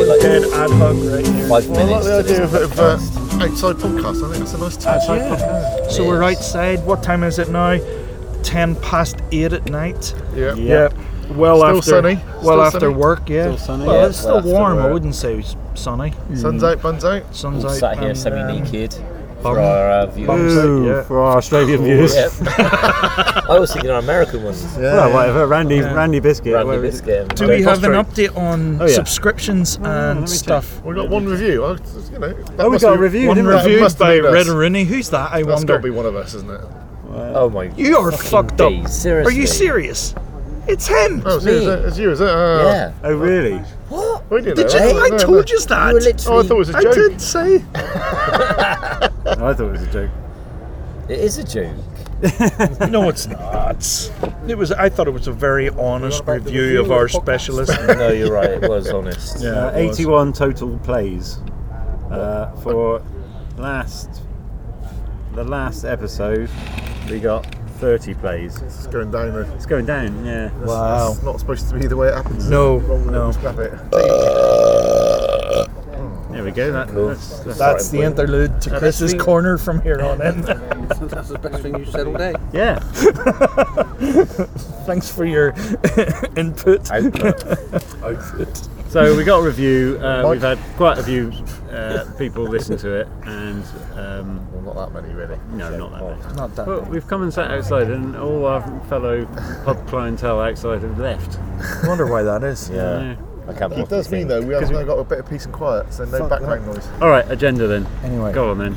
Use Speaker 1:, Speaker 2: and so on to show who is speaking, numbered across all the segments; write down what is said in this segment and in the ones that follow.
Speaker 1: ad hoc right there.
Speaker 2: Five
Speaker 3: Well,
Speaker 2: minutes.
Speaker 3: what
Speaker 2: to
Speaker 3: we'll do
Speaker 2: this
Speaker 3: for,
Speaker 2: podcast.
Speaker 3: for uh, outside podcast, I think that's a nice touch.
Speaker 1: Outside podcast. So we're
Speaker 2: Yes.
Speaker 1: outside. What time is it now? Ten past eight at night.
Speaker 3: Yeah.
Speaker 4: Yeah.
Speaker 1: Yeah. Well
Speaker 3: Still
Speaker 1: after
Speaker 3: sunny.
Speaker 1: well
Speaker 3: Still
Speaker 1: after
Speaker 3: sunny.
Speaker 1: work, yeah.
Speaker 4: Still sunny.
Speaker 1: Well,
Speaker 2: Yeah,
Speaker 1: it's
Speaker 2: well
Speaker 1: still
Speaker 2: after
Speaker 1: warm. I
Speaker 2: work.
Speaker 1: widn't say it's sunny.
Speaker 3: Sun's out, buns out.
Speaker 1: Sun's
Speaker 2: All
Speaker 1: out. um,
Speaker 2: sat here
Speaker 1: and,
Speaker 2: semi-naked
Speaker 1: bum.
Speaker 2: for our uh, viewers.
Speaker 4: Ooh,
Speaker 1: Yeah.
Speaker 4: for our Australian viewers.
Speaker 2: Yep. I was thinking our American ones.
Speaker 4: Well, whatever. Randy,
Speaker 1: Yeah.
Speaker 4: Randy Biscuit.
Speaker 2: Randy
Speaker 4: whatever it is.
Speaker 2: Biscuit. and
Speaker 1: Do
Speaker 2: Barry
Speaker 1: we have an
Speaker 2: Costro.
Speaker 1: update on
Speaker 4: Oh, yeah.
Speaker 1: subscriptions
Speaker 4: let me
Speaker 1: and
Speaker 4: check.
Speaker 1: stuff?
Speaker 3: We got one review. I, you know, that
Speaker 4: Oh, we
Speaker 3: must
Speaker 4: got a
Speaker 3: be-
Speaker 4: review,
Speaker 1: One
Speaker 4: didn't we?
Speaker 3: that
Speaker 1: reviewed
Speaker 3: must have
Speaker 1: by
Speaker 3: been us.
Speaker 1: Red Rooney. Who's that? I
Speaker 3: That's got
Speaker 1: wonder.
Speaker 3: to be one of us, isn't it?
Speaker 2: Oh my.
Speaker 1: you are
Speaker 2: fucking
Speaker 1: fucked up.
Speaker 2: days, Seriously.
Speaker 1: Are you serious? It's him.
Speaker 3: Oh, it's you, is it? It's you, is it? Uh,
Speaker 2: Yeah.
Speaker 4: Oh, really?
Speaker 2: What?
Speaker 3: We didn't
Speaker 1: Did
Speaker 3: know.
Speaker 1: you?
Speaker 3: No,
Speaker 1: I
Speaker 3: no,
Speaker 1: told
Speaker 3: no.
Speaker 1: you that.
Speaker 2: You were literally.
Speaker 3: Oh, I thought it was a
Speaker 1: I
Speaker 3: joke.
Speaker 1: did say.
Speaker 4: I thought it was a joke.
Speaker 2: It is a joke.
Speaker 1: No, it's not. It was. I thought it was a very honest review of our specialist.
Speaker 2: No, you're right. It was honest.
Speaker 1: Yeah.
Speaker 4: Uh,
Speaker 1: it was.
Speaker 4: 81 total plays uh, for last the last episode. We got 30 plays.
Speaker 3: It's going down there.
Speaker 4: It's going down. Yeah.
Speaker 1: Wow.
Speaker 3: It's not supposed to be the way it happens.
Speaker 1: No,
Speaker 3: Wrong with
Speaker 1: no.
Speaker 3: it. Scrap it.
Speaker 4: There we go. That, that's, that's,
Speaker 1: That's the interlude to Chris's
Speaker 5: think-
Speaker 1: corner from here on in.
Speaker 5: That's the best thing you said all day.
Speaker 4: yeah.
Speaker 1: Thanks for your input.
Speaker 2: Output.
Speaker 4: So we got a review. Uh, we've had quite a few uh, people listen to it, and um,
Speaker 3: Well, not that many, really.
Speaker 4: no, not that many.
Speaker 1: Not that.
Speaker 4: Well, we've come and sat outside, and all our fellow pub clientele outside have left.
Speaker 1: I wonder why that is.
Speaker 2: Yeah. I can't.
Speaker 3: It does mean, though, we have now got a bit of peace and quiet, so no background noise.
Speaker 4: All right, agenda then.
Speaker 1: Anyway.
Speaker 4: go on then.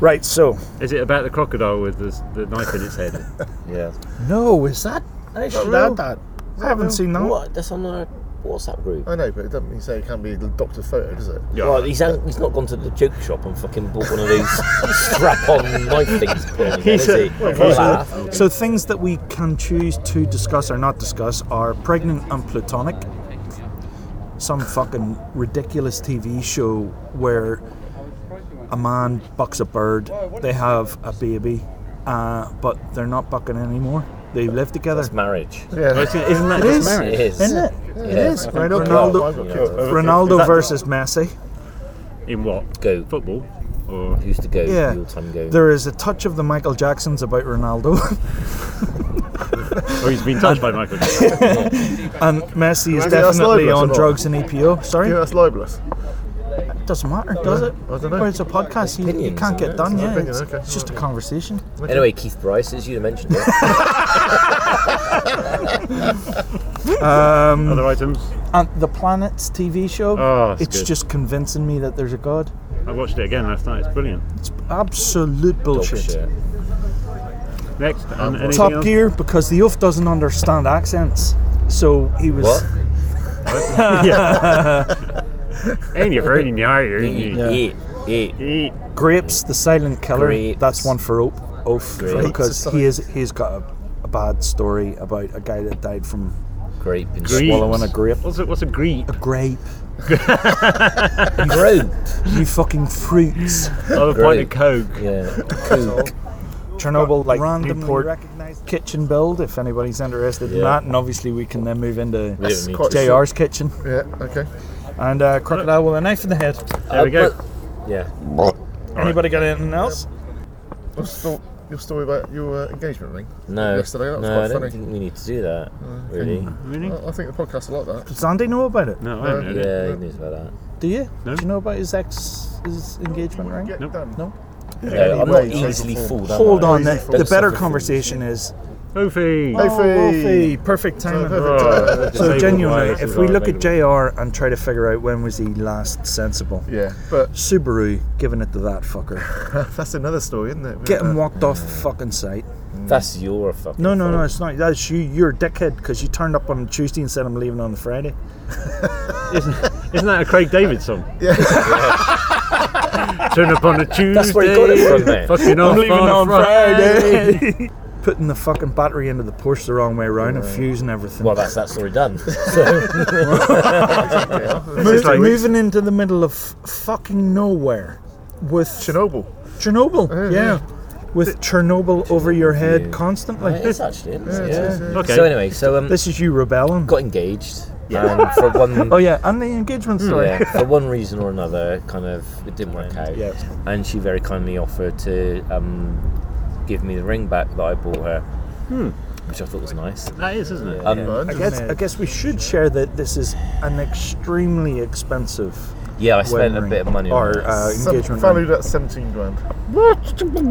Speaker 1: Right. So,
Speaker 4: Is it about the crocodile with the, the knife in its head?
Speaker 2: Yeah.
Speaker 1: no, is that?
Speaker 2: I
Speaker 1: That, that. I haven't seen that.
Speaker 2: What? That's on our WhatsApp group.
Speaker 3: I know, but it doesn't mean say it can't be the doctor's photo, does it?
Speaker 4: Yeah.
Speaker 2: Well, he's, he's not gone to the joke shop and fucking bought one of these strap-on knife things. to put on his head, is
Speaker 4: He's a-
Speaker 2: he?
Speaker 4: well,
Speaker 2: For a
Speaker 4: he's a-
Speaker 2: laugh.
Speaker 1: So things that we can choose to discuss or not discuss are pregnant and plutonic. Some fucking ridiculous TV show where a man bucks a bird, they have a baby, uh, but they're not bucking anymore. They live together.
Speaker 2: That's marriage.
Speaker 3: Yeah.
Speaker 4: Isn't that
Speaker 1: It
Speaker 4: just
Speaker 1: is.
Speaker 4: marriage?
Speaker 2: It is.
Speaker 1: Isn't it?
Speaker 2: Yeah.
Speaker 1: It is.
Speaker 2: Yeah.
Speaker 1: Right up
Speaker 3: I've
Speaker 1: Ronaldo,
Speaker 3: got kids.
Speaker 4: Is
Speaker 1: Ronaldo
Speaker 4: that-
Speaker 1: versus Messi.
Speaker 4: In what?
Speaker 2: Go.
Speaker 4: Football? Or
Speaker 2: Who's to go?
Speaker 1: Yeah.
Speaker 2: the all-time go.
Speaker 1: There is a touch of the Michael Jacksons about Ronaldo,
Speaker 4: or Oh, he's been touched by Michael Jackson.
Speaker 1: and Messi is
Speaker 3: Maybe that's
Speaker 1: definitely
Speaker 3: libelous or
Speaker 1: on
Speaker 3: not?
Speaker 1: drugs and EPO. Sorry.
Speaker 3: Yeah, that's libelous.
Speaker 1: Doesn't matter, does it?
Speaker 3: I dunno.
Speaker 1: Well, it's a podcast. You, you
Speaker 2: Opinions,
Speaker 1: can't get done.
Speaker 3: an
Speaker 1: Yeah,
Speaker 3: opinion,
Speaker 1: it's,
Speaker 3: okay.
Speaker 1: it's just a conversation.
Speaker 2: Anyway, Keith Bryce, as you mentioned it.
Speaker 4: Other items?
Speaker 1: And the Planets TV show.
Speaker 4: Oh, that's
Speaker 1: it's
Speaker 4: good.
Speaker 1: just convincing me that there's a god.
Speaker 4: I watched it again last night. It's brilliant.
Speaker 1: It's absolute
Speaker 2: dog
Speaker 1: bullshit.
Speaker 2: shit.
Speaker 4: Next, and anything
Speaker 1: Top
Speaker 4: else?
Speaker 1: Gear because the Oof doesn't understand accents, so he was.
Speaker 2: What?
Speaker 4: Ain't you very near, ain't you?
Speaker 2: Yeah. Eat, eat.
Speaker 4: Eat.
Speaker 1: Grapes, the silent killer.
Speaker 2: Grapes.
Speaker 1: That's one for Ope. Oof,
Speaker 2: Grapes.
Speaker 1: because he is he's got a, a bad story about a guy that died from
Speaker 2: Grape and
Speaker 4: Grapes.
Speaker 1: swallowing a grape.
Speaker 4: What's a, what's a greep?
Speaker 1: Grape,
Speaker 2: Grape.
Speaker 1: you fucking fruits.
Speaker 4: Other pint of Coke.
Speaker 2: Yeah.
Speaker 1: Chernobyl, like
Speaker 4: randomly
Speaker 1: Newport kitchen build, if anybody's interested in
Speaker 2: Yeah.
Speaker 1: that. And obviously, we can then move into
Speaker 2: We don't need
Speaker 3: quite-
Speaker 2: to-
Speaker 1: JR's kitchen
Speaker 3: Yeah, okay.
Speaker 1: and uh, crocodile with a knife in the head.
Speaker 4: There we
Speaker 1: Uh,
Speaker 4: go.
Speaker 2: Yeah.
Speaker 1: Anybody got anything else?
Speaker 3: What's sto- your story about your uh, engagement ring?
Speaker 2: No.
Speaker 3: Yesterday, that was
Speaker 2: no,
Speaker 3: quite
Speaker 2: I don't
Speaker 3: funny.
Speaker 2: think we need to do that. Really?
Speaker 4: Really?
Speaker 3: I I think the podcast will like that.
Speaker 1: Does Andy know about it?
Speaker 4: No, I haven't heard it.
Speaker 2: Yeah, he knows about that.
Speaker 1: Do you?
Speaker 4: No.
Speaker 1: Do you know about his ex his engagement ring?
Speaker 3: Get
Speaker 4: Nope.
Speaker 3: done.
Speaker 1: No.
Speaker 2: No, I'm
Speaker 3: Anyway,
Speaker 2: not easily fooled. am
Speaker 1: Hold
Speaker 2: I?
Speaker 1: on. The, the
Speaker 2: Don't
Speaker 1: better
Speaker 2: suffer
Speaker 1: conversation is.
Speaker 4: Oofy.
Speaker 3: Hey,
Speaker 1: Oh,
Speaker 3: Fee.
Speaker 1: Wolfie, perfect timing.
Speaker 3: perfect.
Speaker 4: Oh,
Speaker 1: So
Speaker 4: disabled
Speaker 1: genuinely,
Speaker 4: bias
Speaker 1: if
Speaker 4: is
Speaker 1: we
Speaker 4: our
Speaker 1: look at
Speaker 4: available.
Speaker 1: JR and try to figure out when was he last sensible,
Speaker 3: Yeah, but
Speaker 1: Subaru giving it to that fucker,
Speaker 3: that's another story, isn't it? uh,
Speaker 1: get him walked off fucking sight.
Speaker 2: That's your fucking.
Speaker 1: No, no, no,
Speaker 2: fault.
Speaker 1: it's not. That's you. You're a dickhead because you turned up on Tuesday and said I'm leaving on the Friday.
Speaker 4: Isn't that a Craig David song? Yeah. Turn up on a Tuesday.
Speaker 2: That's where he got it from, mate.
Speaker 4: Fucking off on, Friday.
Speaker 1: Putting the fucking battery into the Porsche the wrong way around and fusing everything.
Speaker 2: Well, that's that story done.
Speaker 1: Move-
Speaker 4: like-
Speaker 1: moving into the middle of fucking nowhere with
Speaker 3: Chernobyl.
Speaker 1: Chernobyl. yeah. With Chernobyl over your head
Speaker 2: Yeah.
Speaker 1: constantly.
Speaker 2: It is actually. isn't it?
Speaker 3: Yeah.
Speaker 4: Okay.
Speaker 2: So anyway, so um,
Speaker 1: This is you rebelling.
Speaker 2: got engaged. And for one
Speaker 1: Oh yeah, and the engagement story.
Speaker 2: yeah, for one reason or another, kind of it didn't work out.
Speaker 1: Yeah.
Speaker 2: And she very kindly offered to um, give me the ring back that I bought her,
Speaker 1: Hmm.
Speaker 2: which I thought was nice.
Speaker 4: That is, isn't it?
Speaker 2: Um,
Speaker 1: I guess I guess we should share that this is an extremely expensive
Speaker 2: Yeah, I spent
Speaker 1: wedding
Speaker 2: a
Speaker 1: ring,
Speaker 2: bit of money on
Speaker 1: or
Speaker 2: this.
Speaker 1: uh, engagement ring.
Speaker 3: valued at 17 grand.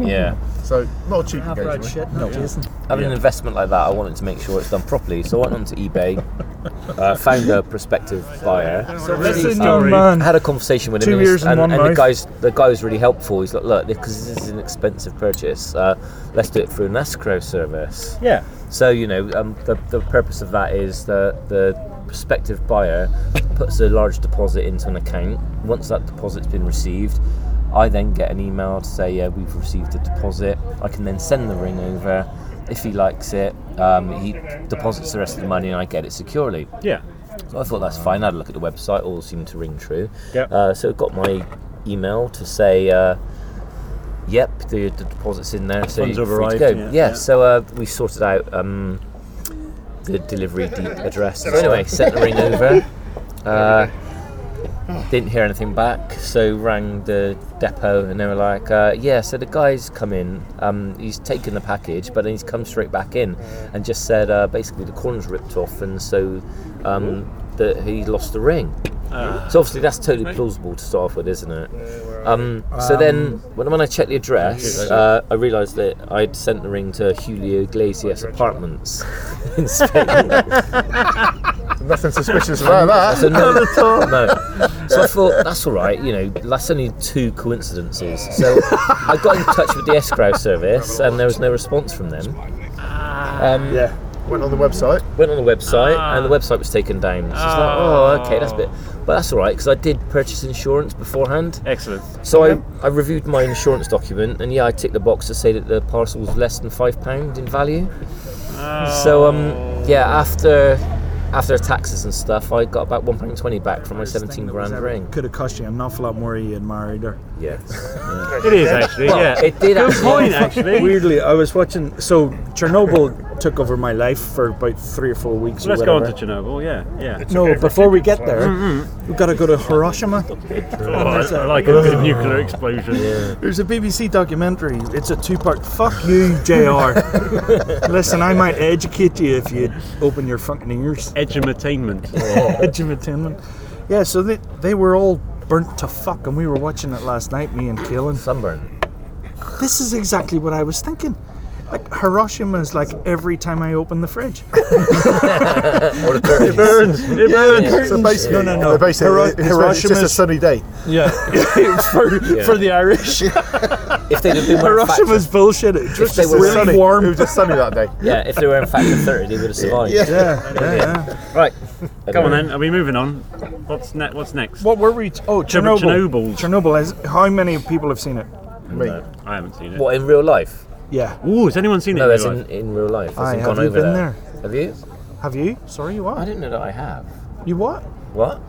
Speaker 2: yeah,
Speaker 3: So, not a cheap engagement.
Speaker 1: No, Jason.
Speaker 2: having an investment like that, I wanted to make sure it's done properly, so I went onto eBay, uh, found a prospective buyer.
Speaker 1: That's a
Speaker 2: Um,
Speaker 1: new Oh, man.
Speaker 2: I had a conversation with
Speaker 1: Two
Speaker 2: him, and,
Speaker 1: ears
Speaker 2: he's-
Speaker 1: and
Speaker 2: and,
Speaker 1: one
Speaker 2: and the
Speaker 1: mouth.
Speaker 2: guys, the guy was really helpful. He's like, "Look, because this is an expensive purchase, uh, let's do it through an escrow service."
Speaker 4: Yeah.
Speaker 2: So you know, um, the, the purpose of that is that the prospective buyer puts a large deposit into an account. Once that deposit's been received, I then get an email to say, "Yeah, we've received the deposit." I can then send the ring over. If he likes it, um, he deposits the rest of the money, and I get it securely.
Speaker 4: Yeah.
Speaker 2: So I thought that's fine. I had a look at the website; all seemed to ring true.
Speaker 4: Yep.
Speaker 2: Uh, so I got my email to say, uh, "Yep, the, the deposit's in there, so
Speaker 4: Funds
Speaker 2: you're
Speaker 4: have
Speaker 2: free to
Speaker 4: arrived,
Speaker 2: go."
Speaker 4: yeah,
Speaker 2: Yeah.
Speaker 4: yeah.
Speaker 2: So uh, we sorted out um, the delivery de- address. So anyway, sent the ring over. Uh, didn't hear anything back, so rang the depot and they were like, uh, "Yeah, so the guy's come in. Um, he's taken the package, but then he's come straight back in and just said uh, basically the corner's ripped off, and so um, that he lost the ring."
Speaker 4: Ah.
Speaker 2: so obviously that's totally plausible to start off with, isn't it? Um, so then, when, when I checked the address, uh, I realised that I'd sent the ring to Julio Iglesias Apartments in Spain.
Speaker 3: Nothing suspicious about that.
Speaker 2: So no, no. So I thought that's all right. You know, that's only two coincidences. So I got in touch with the escrow service, and there was no response from them. Um,
Speaker 1: Yeah.
Speaker 3: Went on the website.
Speaker 2: Went on the website, and the website was taken down. So it's like, oh, okay, that's a bit. But that's all right because I did purchase insurance beforehand.
Speaker 4: Excellent.
Speaker 2: So I, I reviewed my insurance document, and yeah, I ticked the box to say that the parcel was less than five pound in value. So um, yeah, after after taxes and stuff, I got about one pound twenty back from my seventeen grand ring.
Speaker 1: Could have cost you an awful lot more if you had married her.
Speaker 2: Yes.
Speaker 4: It is actually. yeah.
Speaker 2: It did
Speaker 4: Good
Speaker 2: actually.
Speaker 4: point. Actually.
Speaker 1: Weirdly, I was watching. So Chernobyl took over my life for about three or four weeks.
Speaker 4: Let's
Speaker 1: or
Speaker 4: go
Speaker 1: whatever.
Speaker 4: on to Mm-hmm. Chernobyl. Yeah. Yeah.
Speaker 1: No, before we get there, we've got to go to Hiroshima.
Speaker 4: Oh, I, I like a good nuclear explosion.
Speaker 1: There's a BBC documentary. It's a two-part. Fuck you, Jr. Listen, I might educate you if you open your fucking ears.
Speaker 4: Edge of attainment.
Speaker 1: Edutainment. Yeah, so they they were all burnt to fuck, and we were watching it last night, me and Kaelin.
Speaker 2: Sunburn.
Speaker 1: This is exactly what I was thinking. Like Hiroshima is like every time I open the fridge.
Speaker 2: Or the curtains.
Speaker 4: burns. It burns.
Speaker 1: So basically, no, no, no.
Speaker 3: So basically,
Speaker 1: Hiro-
Speaker 3: it's- it's just a sunny day.
Speaker 1: Yeah, for, for the Irish.
Speaker 2: If they'd have been wearing
Speaker 1: Hiroshima's
Speaker 2: factor,
Speaker 1: bullshit. It's just
Speaker 2: they were
Speaker 1: really
Speaker 2: sunny.
Speaker 3: It
Speaker 1: warm.
Speaker 3: was just sunny that day.
Speaker 2: yeah, if they were in factor thirty, they would have survived.
Speaker 3: Yeah.
Speaker 1: Yeah, yeah, yeah.
Speaker 2: Right.
Speaker 4: Come on then. Are we moving on? What's ne- What's next?
Speaker 1: What were we? T- oh,
Speaker 4: Chernobyl.
Speaker 1: Chernobyl. Chernobyl. Is, how many people have seen it?
Speaker 3: Me.
Speaker 4: I haven't seen it.
Speaker 2: What in real life?
Speaker 1: Yeah.
Speaker 4: Ooh, has anyone seen it?
Speaker 2: No,
Speaker 4: in
Speaker 2: as
Speaker 4: real
Speaker 2: in
Speaker 4: life?
Speaker 2: in real life.
Speaker 1: Aye,
Speaker 2: As in
Speaker 1: have
Speaker 2: gone
Speaker 1: you
Speaker 2: over
Speaker 1: been
Speaker 2: there. Have you?
Speaker 1: Have you? Sorry, you
Speaker 2: I
Speaker 1: what?
Speaker 2: didn't know that I have.
Speaker 1: You what?
Speaker 2: What?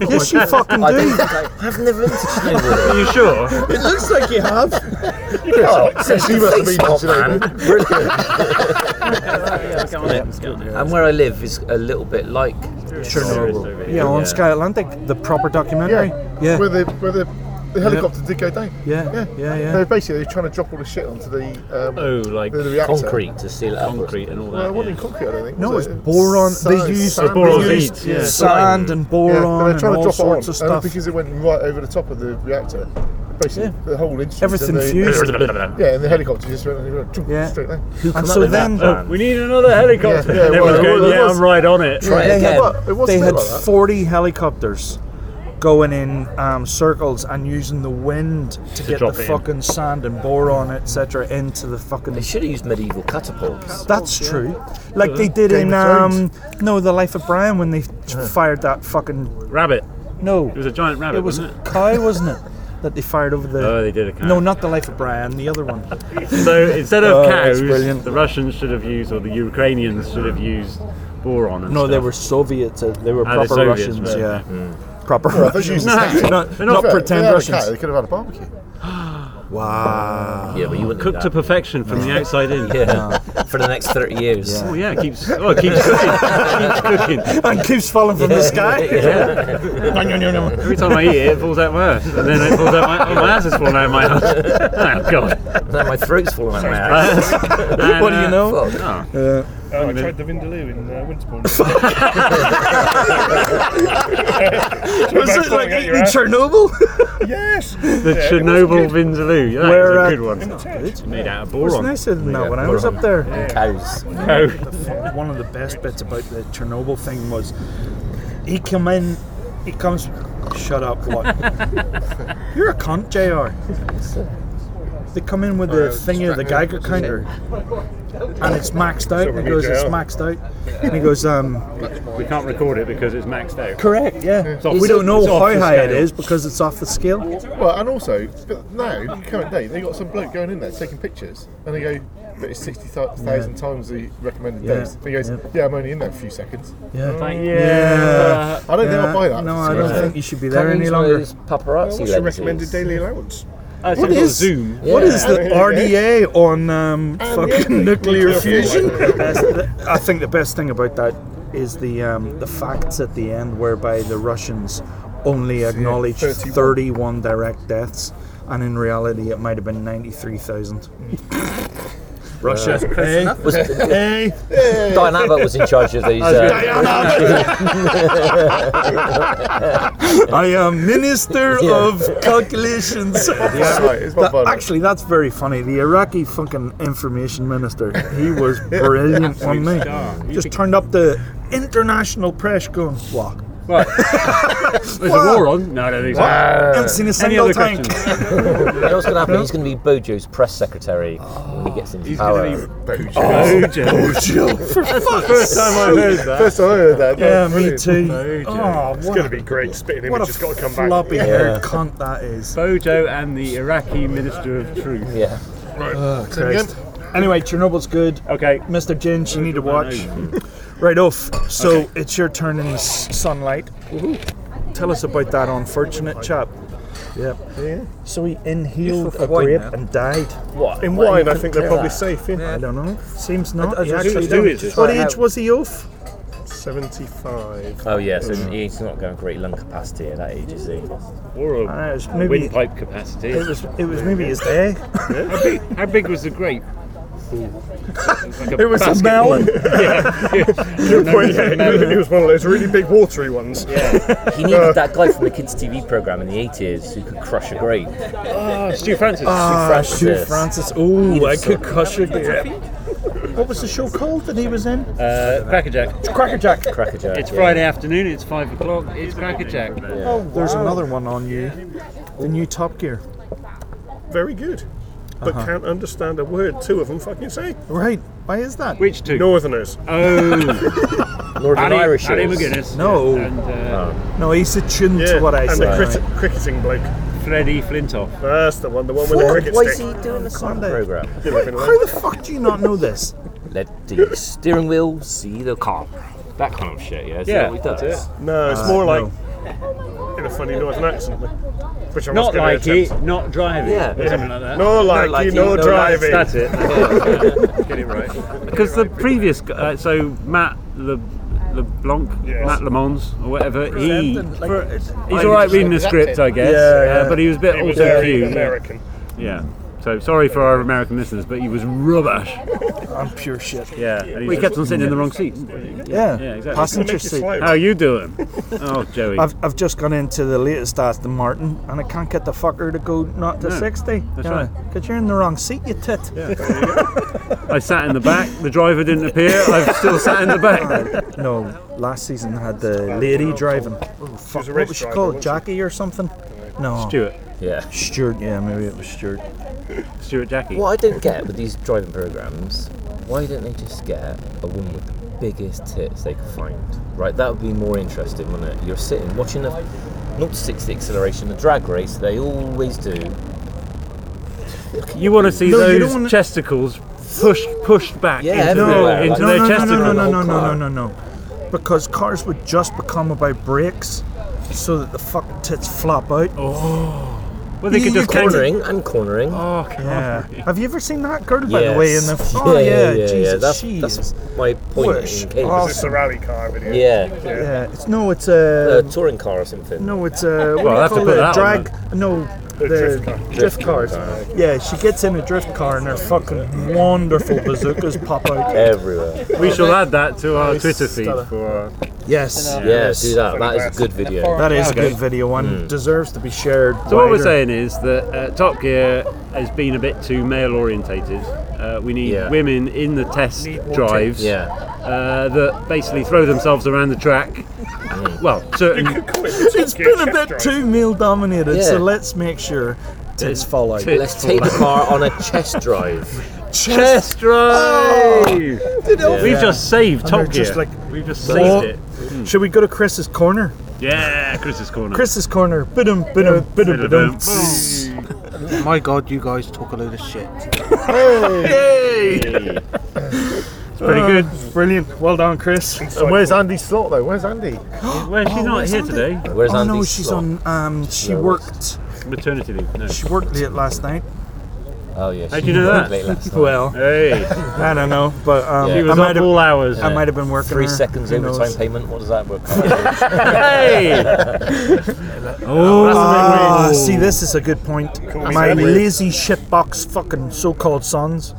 Speaker 1: Yes, you fucking
Speaker 2: I don't
Speaker 1: do.
Speaker 2: think I have never been to Chernobyl.
Speaker 4: Are you sure?
Speaker 1: It looks like you have.
Speaker 2: oh, since
Speaker 3: You must have been to Chernobyl.
Speaker 4: Come on then. Let's go on then.
Speaker 2: And where I live is a little bit like.
Speaker 1: Chernobyl.
Speaker 4: Chernobyl.
Speaker 1: Yeah, on Sky Atlantic, the proper documentary.
Speaker 3: Yeah.
Speaker 1: Yeah.
Speaker 3: Where the where the, the helicopter did go down.
Speaker 1: Yeah,
Speaker 3: Yeah.
Speaker 1: yeah, yeah.
Speaker 3: They're basically they're trying to drop all the shit onto the um,
Speaker 4: Oh, like
Speaker 3: the, the reactor.
Speaker 2: Concrete to seal it up.
Speaker 4: concrete and all
Speaker 3: Well,
Speaker 4: that.
Speaker 3: it wasn't
Speaker 4: yeah.
Speaker 3: in concrete, I don't think.
Speaker 1: No,
Speaker 3: was
Speaker 1: it's
Speaker 3: it?
Speaker 1: boron.
Speaker 3: Sa-
Speaker 1: They used
Speaker 3: sand.
Speaker 4: Boron
Speaker 1: they used
Speaker 4: leads, yeah.
Speaker 1: sand and
Speaker 3: Yeah, but
Speaker 1: boron
Speaker 3: they're
Speaker 1: and
Speaker 3: trying to
Speaker 1: all
Speaker 3: drop
Speaker 1: sorts
Speaker 3: it on,
Speaker 1: of
Speaker 3: and
Speaker 1: stuff.
Speaker 3: because it went right over the top of the reactor. Basically, the whole instrument.
Speaker 1: Everything
Speaker 3: and the-
Speaker 1: fused.
Speaker 3: Yeah, and the helicopter just went, went chunk,
Speaker 1: Yeah.
Speaker 3: straight down.
Speaker 1: and
Speaker 2: up
Speaker 1: so
Speaker 2: with that
Speaker 1: then
Speaker 2: plan?
Speaker 4: We need another helicopter.
Speaker 3: Yeah, yeah,
Speaker 4: and everyone's
Speaker 3: well,
Speaker 4: going,
Speaker 3: it
Speaker 4: yeah,
Speaker 3: was-
Speaker 4: I'm right on it.
Speaker 2: Try it
Speaker 1: They had-
Speaker 2: again.
Speaker 3: But it was
Speaker 1: they had
Speaker 3: something like that.
Speaker 1: 40 helicopters going in um, circles and using the wind to, get the
Speaker 4: drop it in.
Speaker 1: fucking sand and boron, etc., into the fucking.
Speaker 2: They should have used medieval catapults.
Speaker 1: That's true. Like they did
Speaker 3: Game
Speaker 1: in
Speaker 3: of
Speaker 1: um,
Speaker 3: Thrones.
Speaker 1: no, the Life of Brian when they fired that fucking
Speaker 4: Rabbit.
Speaker 1: no.
Speaker 4: It was a giant rabbit,
Speaker 1: It was
Speaker 4: wasn't
Speaker 1: a cow, wasn't it? That they fired over the.
Speaker 4: Oh, they did a cow.
Speaker 1: No, not the Life of Brian. The other one.
Speaker 4: it? So instead of
Speaker 1: Oh, that's
Speaker 4: cows,
Speaker 1: brilliant.
Speaker 4: the Russians should have used, or the Ukrainians should have used boron. And
Speaker 1: No,
Speaker 4: stuff.
Speaker 1: they were Soviets. uh, They were
Speaker 4: Ah, they're
Speaker 1: proper
Speaker 4: Soviets,
Speaker 1: Russians.
Speaker 4: right.
Speaker 1: Yeah, proper
Speaker 3: I thought you
Speaker 1: Russians.
Speaker 3: used the
Speaker 1: not,
Speaker 3: sand.
Speaker 1: Hmm. not,
Speaker 4: not
Speaker 3: Fair,
Speaker 1: pretend
Speaker 3: they had a
Speaker 1: Russians.
Speaker 3: cat, They could have had a barbecue.
Speaker 1: Wow.
Speaker 2: Yeah, but you wouldn't do
Speaker 4: cooked to
Speaker 2: that.
Speaker 4: perfection from the outside in.
Speaker 2: Yeah. for the next 30 years.
Speaker 4: Oh yeah, it keeps. Oh, it keeps cooking. keeps cooking.
Speaker 1: and keeps falling from the sky.
Speaker 2: Yeah.
Speaker 4: Every time I eat it, it falls out my ass, and then it falls out my. Oh, my ass is falling out my ass. Oh god.
Speaker 2: now my throat's falling out my ass.
Speaker 4: And,
Speaker 1: What do you
Speaker 4: uh,
Speaker 1: know?
Speaker 2: Fuck.
Speaker 4: Oh,
Speaker 1: Uh,
Speaker 6: I tried the Vindaloo in uh, Winterbourne.
Speaker 1: was it like eating Chernobyl?
Speaker 6: yes!
Speaker 4: the Chernobyl Vindaloo. Yeah,
Speaker 1: Where,
Speaker 4: Where,
Speaker 1: uh,
Speaker 4: a good one. Made out of boron.
Speaker 1: It's nicer than that uh, when I was up there.
Speaker 2: Cows.
Speaker 1: Oh. One of the best bits about the Chernobyl thing was he came in, he comes, shut up, what? You're a cunt, JR. They come in with the thing of the Geiger counter and it's maxed out. And he goes, It's maxed out. And he goes, um,
Speaker 4: We can't record it because it's maxed out.
Speaker 1: Correct, yeah.
Speaker 4: off
Speaker 1: We
Speaker 4: the-
Speaker 1: don't know
Speaker 4: it's off
Speaker 1: how
Speaker 4: the
Speaker 1: high it
Speaker 4: scale.
Speaker 1: is because it's off the scale.
Speaker 3: Well, and also, but now, current day, they got some bloke going in there taking pictures, and they go, but it's 60,000 times the recommended
Speaker 1: Yeah.
Speaker 3: dose. And he goes,
Speaker 1: Yeah.
Speaker 3: yeah. I'm only in there a few seconds.
Speaker 1: Yeah.
Speaker 4: Yeah.
Speaker 3: I don't think
Speaker 1: Yeah,
Speaker 3: I'll buy that.
Speaker 1: No, I don't
Speaker 3: Yeah.
Speaker 1: think you should be there any longer.
Speaker 2: paparazzi
Speaker 6: What's your recommended
Speaker 2: lenses.
Speaker 6: daily allowance?
Speaker 1: What is
Speaker 4: Zoom?
Speaker 1: What is the RDA on um, fucking nuclear fusion? That's the- I think the best thing about that is the um, the facts at the end, whereby the Russians only acknowledged
Speaker 3: 31.
Speaker 1: 31 direct deaths, and in reality, it might have been 93,000. Russia, eh?
Speaker 2: Was
Speaker 1: Eh?
Speaker 2: Diane Abbott was in charge of these. Uh,
Speaker 1: I am Minister
Speaker 2: Yeah.
Speaker 1: of Calculations.
Speaker 3: Yeah, right, it's not
Speaker 1: That-
Speaker 3: fun.
Speaker 1: actually, that's very funny. The Iraqi fucking information minister, he was brilliant on me. Just turned up the international press going, what?
Speaker 4: There's a war on? No, I don't think so.
Speaker 1: Haven't seen a
Speaker 4: Any
Speaker 1: single
Speaker 4: other
Speaker 1: tank.
Speaker 4: questions?
Speaker 2: you know what's going to happen? He's going to be Bojo's press secretary when he gets into power.
Speaker 1: Oh,
Speaker 4: First time I've heard that.
Speaker 3: Oh. First time I heard that.
Speaker 1: Yeah,
Speaker 3: that's
Speaker 1: me
Speaker 3: brilliant.
Speaker 1: too. Oh,
Speaker 6: It's
Speaker 1: what
Speaker 6: going
Speaker 1: a,
Speaker 6: to be great. Spitting image
Speaker 1: what a
Speaker 6: has got to come back.
Speaker 1: floppy haired cunt that is.
Speaker 4: Bojo and the Iraqi Minister of Truth.
Speaker 2: Yeah.
Speaker 1: Christ. Anyway, Chernobyl's good.
Speaker 4: Okay.
Speaker 1: Mr. Jinch, you need to watch. Right off. So it's your turn in the s- sunlight. Tell us about that unfortunate chap. Yep. So he inhaled a
Speaker 5: wine
Speaker 1: grape
Speaker 5: now.
Speaker 1: and died.
Speaker 2: What?
Speaker 6: In wine, I think they're probably safe, yeah.
Speaker 1: I don't know. Seems not.
Speaker 5: I
Speaker 1: He
Speaker 5: just-
Speaker 1: actually
Speaker 5: do
Speaker 1: done.
Speaker 5: it, just
Speaker 1: What
Speaker 5: find
Speaker 1: age
Speaker 5: out.
Speaker 1: was he off?
Speaker 6: 75.
Speaker 2: Oh, yeah, so he's not going great lung capacity at that age, is he?
Speaker 4: Or a
Speaker 1: Uh, it's maybe it
Speaker 4: windpipe capacity.
Speaker 1: was. It was maybe his day.
Speaker 4: How big, how big was the grape?
Speaker 1: It was a melon.
Speaker 6: it was one of those really big watery ones.
Speaker 2: He needed that guy from the kids' TV program in the 80s who could crush a grape.
Speaker 4: Ah, Stu Francis.
Speaker 1: Ah,
Speaker 2: Francis.
Speaker 1: shoot, Francis. Oh, I
Speaker 2: was so
Speaker 1: could crush a grape. What was the show called that he was in?
Speaker 4: uh, Crackerjack.
Speaker 1: Crackerjack.
Speaker 2: Crackerjack.
Speaker 4: It's
Speaker 2: yeah.
Speaker 4: Friday afternoon, it's 5 o'clock, it's Crackerjack.
Speaker 1: Oh, there's another one on you. The new Top Gear.
Speaker 6: Very good. But
Speaker 1: Uh-huh.
Speaker 6: can't understand a word two of them fucking say.
Speaker 1: Right. Why is that?
Speaker 4: Which two?
Speaker 6: Northerners.
Speaker 4: Oh,
Speaker 2: Northern
Speaker 4: Annie,
Speaker 2: Irish.
Speaker 4: Annie
Speaker 2: is.
Speaker 4: McGuinness.
Speaker 1: No.
Speaker 4: And uh,
Speaker 1: No, he's attuned
Speaker 6: Yeah,
Speaker 1: to what I
Speaker 6: and
Speaker 1: say.
Speaker 6: the crit- cricketing bloke.
Speaker 4: Freddie Flintoff.
Speaker 6: That's the one, the one with the
Speaker 1: What?
Speaker 6: cricket
Speaker 1: Why is
Speaker 6: stick.
Speaker 1: he doing the Sunday?
Speaker 2: Program.
Speaker 6: You know, been like-
Speaker 1: How the fuck do you not know this?
Speaker 2: Let the steering wheel see the car. That kind of shit, yeah. Is
Speaker 4: Yeah,
Speaker 2: that what he
Speaker 4: that's
Speaker 2: does?
Speaker 6: No,
Speaker 1: Uh,
Speaker 6: it's more like in a funny northern accent, which I'm
Speaker 4: Not
Speaker 6: not going
Speaker 4: like
Speaker 6: to attempt.
Speaker 4: it, not driving.
Speaker 2: Yeah.
Speaker 4: Or something like that.
Speaker 6: No like,
Speaker 2: like
Speaker 6: you,
Speaker 2: it,
Speaker 6: no,
Speaker 2: no
Speaker 6: driving.
Speaker 4: That's it.
Speaker 6: Get it right.
Speaker 4: Because the previous, gu- uh, so Matt Le, LeBlanc,
Speaker 6: Yes.
Speaker 4: Matt Lemons or whatever, he
Speaker 1: Presenting, like,
Speaker 4: for-
Speaker 1: it's-
Speaker 4: he's all right reading the script, I guess.
Speaker 1: Yeah, yeah.
Speaker 4: Uh, but he was a bit
Speaker 6: It was
Speaker 4: auto
Speaker 6: very
Speaker 4: cue.
Speaker 6: American.
Speaker 4: Yeah. So sorry for our American listeners, but he was rubbish.
Speaker 1: I'm pure shit.
Speaker 4: Yeah. And he kept on sitting in the wrong seat.
Speaker 1: Yeah,
Speaker 4: Yeah, exactly.
Speaker 6: Make
Speaker 1: passenger
Speaker 6: it
Speaker 1: seat.
Speaker 6: slow.
Speaker 4: How are you doing? Oh, Joey.
Speaker 1: I've, I've just gone into the latest Aston Martin and I can't get the fucker to go not to
Speaker 4: No,
Speaker 1: 60.
Speaker 4: that's right.
Speaker 1: Because you're in the wrong seat, you tit.
Speaker 4: I sat in the back. The driver didn't appear. I've still sat in the back.
Speaker 1: No, last season I had the lady driving. Fuck, what
Speaker 6: a race
Speaker 1: was she
Speaker 6: driver,
Speaker 1: called?
Speaker 6: wasn't she?
Speaker 1: Jackie or something? No.
Speaker 4: Stuart.
Speaker 2: Yeah.
Speaker 1: Stuart, yeah, maybe it was Stuart.
Speaker 4: Stuart Jackie.
Speaker 2: What I don't get with these driving programs, why don't they just get a woman with the biggest tits they could find? Right, that would be more interesting, wouldn't it? You're sitting watching a 0 to 60 acceleration, a drag race, they always do.
Speaker 4: You want to see
Speaker 1: No, you
Speaker 4: those
Speaker 1: don't wanna-
Speaker 4: chesticles pushed pushed back
Speaker 2: Yeah,
Speaker 4: into,
Speaker 2: everywhere,
Speaker 4: the, into
Speaker 2: like-
Speaker 4: their
Speaker 1: no, no,
Speaker 4: chesticles.
Speaker 1: no, no, no, no, no,
Speaker 2: car.
Speaker 1: no, no, no. Because cars would just become about brakes so that the fucking tits flop out. Oh.
Speaker 4: Well, they could
Speaker 1: You-
Speaker 4: just
Speaker 1: you
Speaker 4: counter.
Speaker 2: Cornering and cornering.
Speaker 4: Oh, come
Speaker 1: Yeah.
Speaker 4: on.
Speaker 1: Have you ever seen that girl, by the way? In the
Speaker 2: Yes.
Speaker 1: oh yeah, Jesus,
Speaker 2: That's,
Speaker 1: she
Speaker 2: that's
Speaker 1: is.
Speaker 2: my point.
Speaker 1: Whoosh.
Speaker 2: In case.
Speaker 1: Oh,
Speaker 6: It's a rally car video.
Speaker 2: yeah,
Speaker 1: Yeah, it's no, it's
Speaker 2: a
Speaker 1: a
Speaker 2: touring car or something.
Speaker 1: no, it's a what
Speaker 4: Well,
Speaker 1: do
Speaker 4: I'll
Speaker 1: you
Speaker 4: have to
Speaker 1: call
Speaker 4: put
Speaker 1: it?
Speaker 4: that on
Speaker 1: drag. no, the
Speaker 6: drift car.
Speaker 1: drift cars. Yeah, she gets in a drift car and her fucking wonderful bazookas pop out.
Speaker 2: Everywhere.
Speaker 4: We shall add that to our Twitter feed
Speaker 1: stellar.
Speaker 4: for our
Speaker 1: Yes,
Speaker 2: Yeah, do that. That is
Speaker 6: glass.
Speaker 2: a good video.
Speaker 1: That is a good video and deserves to be shared.
Speaker 4: So what we're
Speaker 1: wider.
Speaker 4: saying is that uh, Top Gear has been a bit too male orientated. Uh, we need
Speaker 2: Yeah.
Speaker 4: women in the test drives
Speaker 2: Yeah.
Speaker 4: uh, that basically throw themselves around the track.
Speaker 2: Mm.
Speaker 4: well, certain
Speaker 1: it's been a bit too male dominated, so
Speaker 2: Yeah.
Speaker 1: let's make sure tits fall out.
Speaker 4: Tits.
Speaker 2: Let's take the car on a chest drive.
Speaker 1: Chest.
Speaker 4: test
Speaker 1: Oh!
Speaker 4: drive. We've
Speaker 1: Yeah.
Speaker 4: just saved
Speaker 1: they're
Speaker 4: Top Gear.
Speaker 1: just like,
Speaker 4: We've just
Speaker 1: "Whoa."
Speaker 4: saved it.
Speaker 1: Should we go to Chris's corner?
Speaker 4: Yeah, Chris's corner.
Speaker 1: Chris's corner. Bidum, bidum, bidum, bidum.
Speaker 5: My God, you guys talk a load of shit.
Speaker 4: It's pretty good.
Speaker 1: Brilliant. Well done, Chris.
Speaker 3: And where's Andy Slot though? Where's Andy?
Speaker 4: Well, she's not
Speaker 1: where's
Speaker 4: here
Speaker 1: Andy?
Speaker 4: today.
Speaker 2: Where's
Speaker 1: oh
Speaker 2: Andy?
Speaker 1: no, she's on. Um, she worked.
Speaker 4: Maternity leave. No.
Speaker 1: She worked late last night.
Speaker 2: Oh yeah.
Speaker 4: How'd
Speaker 2: she
Speaker 4: you know
Speaker 2: worked
Speaker 4: that?
Speaker 2: late last night.
Speaker 1: Well,
Speaker 4: Hey,
Speaker 1: I don't know, but um,
Speaker 2: Yeah.
Speaker 4: he
Speaker 2: He
Speaker 4: was
Speaker 1: I
Speaker 4: up
Speaker 1: might have.
Speaker 4: all hours.
Speaker 1: I might have been working.
Speaker 2: Three
Speaker 1: her.
Speaker 2: seconds
Speaker 1: uh, Who
Speaker 2: overtime
Speaker 1: knows?
Speaker 2: payment. What does that work out?
Speaker 4: Hey! oh,
Speaker 1: Ah, see, this is a good point.
Speaker 6: me
Speaker 1: My
Speaker 6: Sammy.
Speaker 1: lazy shitbox fucking so-called sons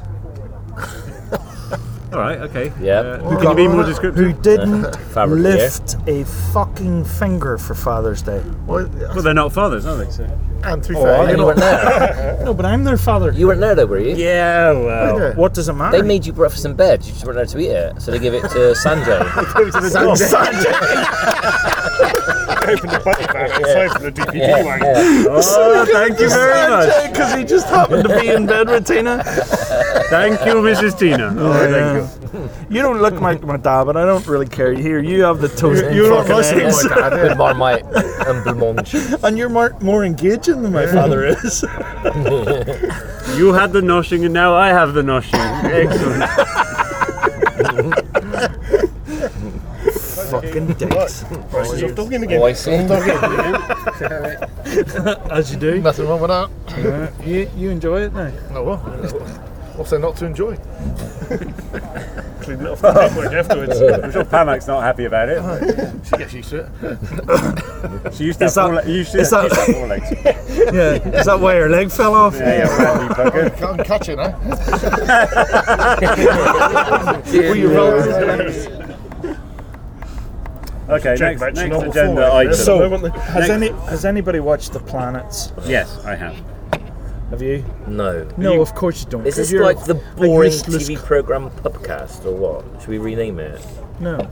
Speaker 4: All right, okay.
Speaker 2: Yeah.
Speaker 4: Uh, can you be more descriptive?
Speaker 1: who didn't
Speaker 2: Fabric, yeah.
Speaker 1: lift a fucking finger for Father's Day.
Speaker 4: Well, they're not fathers, are they? So.
Speaker 3: And to be fair,
Speaker 2: you
Speaker 3: you're
Speaker 2: weren't
Speaker 3: not.
Speaker 2: there.
Speaker 1: No, but I'm their father.
Speaker 2: You weren't there though, were you?
Speaker 4: Yeah, well.
Speaker 3: Yeah.
Speaker 1: What does it matter?
Speaker 2: They made you breakfast in bed. You just weren't there to eat it, so they give it to Sanjay.
Speaker 6: Open the button van outside from the DPD wagon.
Speaker 4: Oh, thank you very much.
Speaker 1: because he just happened to be in bed with Tina.
Speaker 4: Thank you, Mrs. Tina.
Speaker 1: Oh, You don't look like my dad, but I don't really care. Here, you have the toast. and
Speaker 3: You're not
Speaker 1: fucking
Speaker 3: listening,
Speaker 1: eggs.
Speaker 3: my dad.
Speaker 2: Good marmite and blancmange.
Speaker 1: and you're more, more engaging than my father is.
Speaker 4: You had the noshing, and now I have the noshing. Excellent.
Speaker 1: fucking dicks,
Speaker 6: Prices of dogging again.
Speaker 2: Oh, I see.
Speaker 1: as you do.
Speaker 3: Nothing wrong with that.
Speaker 1: You, you enjoy it now.
Speaker 3: Oh well. What's there not to enjoy?
Speaker 6: Cleaning it off the paperwork afterwards.
Speaker 4: I'm sure Pamak's not happy about it.
Speaker 3: She gets used to it.
Speaker 4: She used to
Speaker 1: Is
Speaker 4: have four
Speaker 1: that-
Speaker 4: legs. You should
Speaker 1: is
Speaker 4: have
Speaker 1: that-
Speaker 4: kissed her four legs.
Speaker 1: Yeah, is that why her leg fell off?
Speaker 4: Yeah, yeah, well, you fucker.
Speaker 3: I'm catching her.
Speaker 1: Were you rolling?
Speaker 4: Okay,
Speaker 6: Check
Speaker 4: next,
Speaker 6: match
Speaker 4: next
Speaker 6: number
Speaker 4: agenda
Speaker 6: four.
Speaker 4: item.
Speaker 1: So,
Speaker 6: Moment.
Speaker 1: has any has anybody watched the planets?
Speaker 4: yes, I have.
Speaker 1: Have you?
Speaker 2: No.
Speaker 1: No, of course you don't.
Speaker 2: Is
Speaker 1: 'cause
Speaker 2: this
Speaker 1: you're
Speaker 2: like the
Speaker 1: a
Speaker 2: boring
Speaker 1: useless
Speaker 2: TV
Speaker 1: c-
Speaker 2: program podcast or what? Should we rename it?
Speaker 1: No.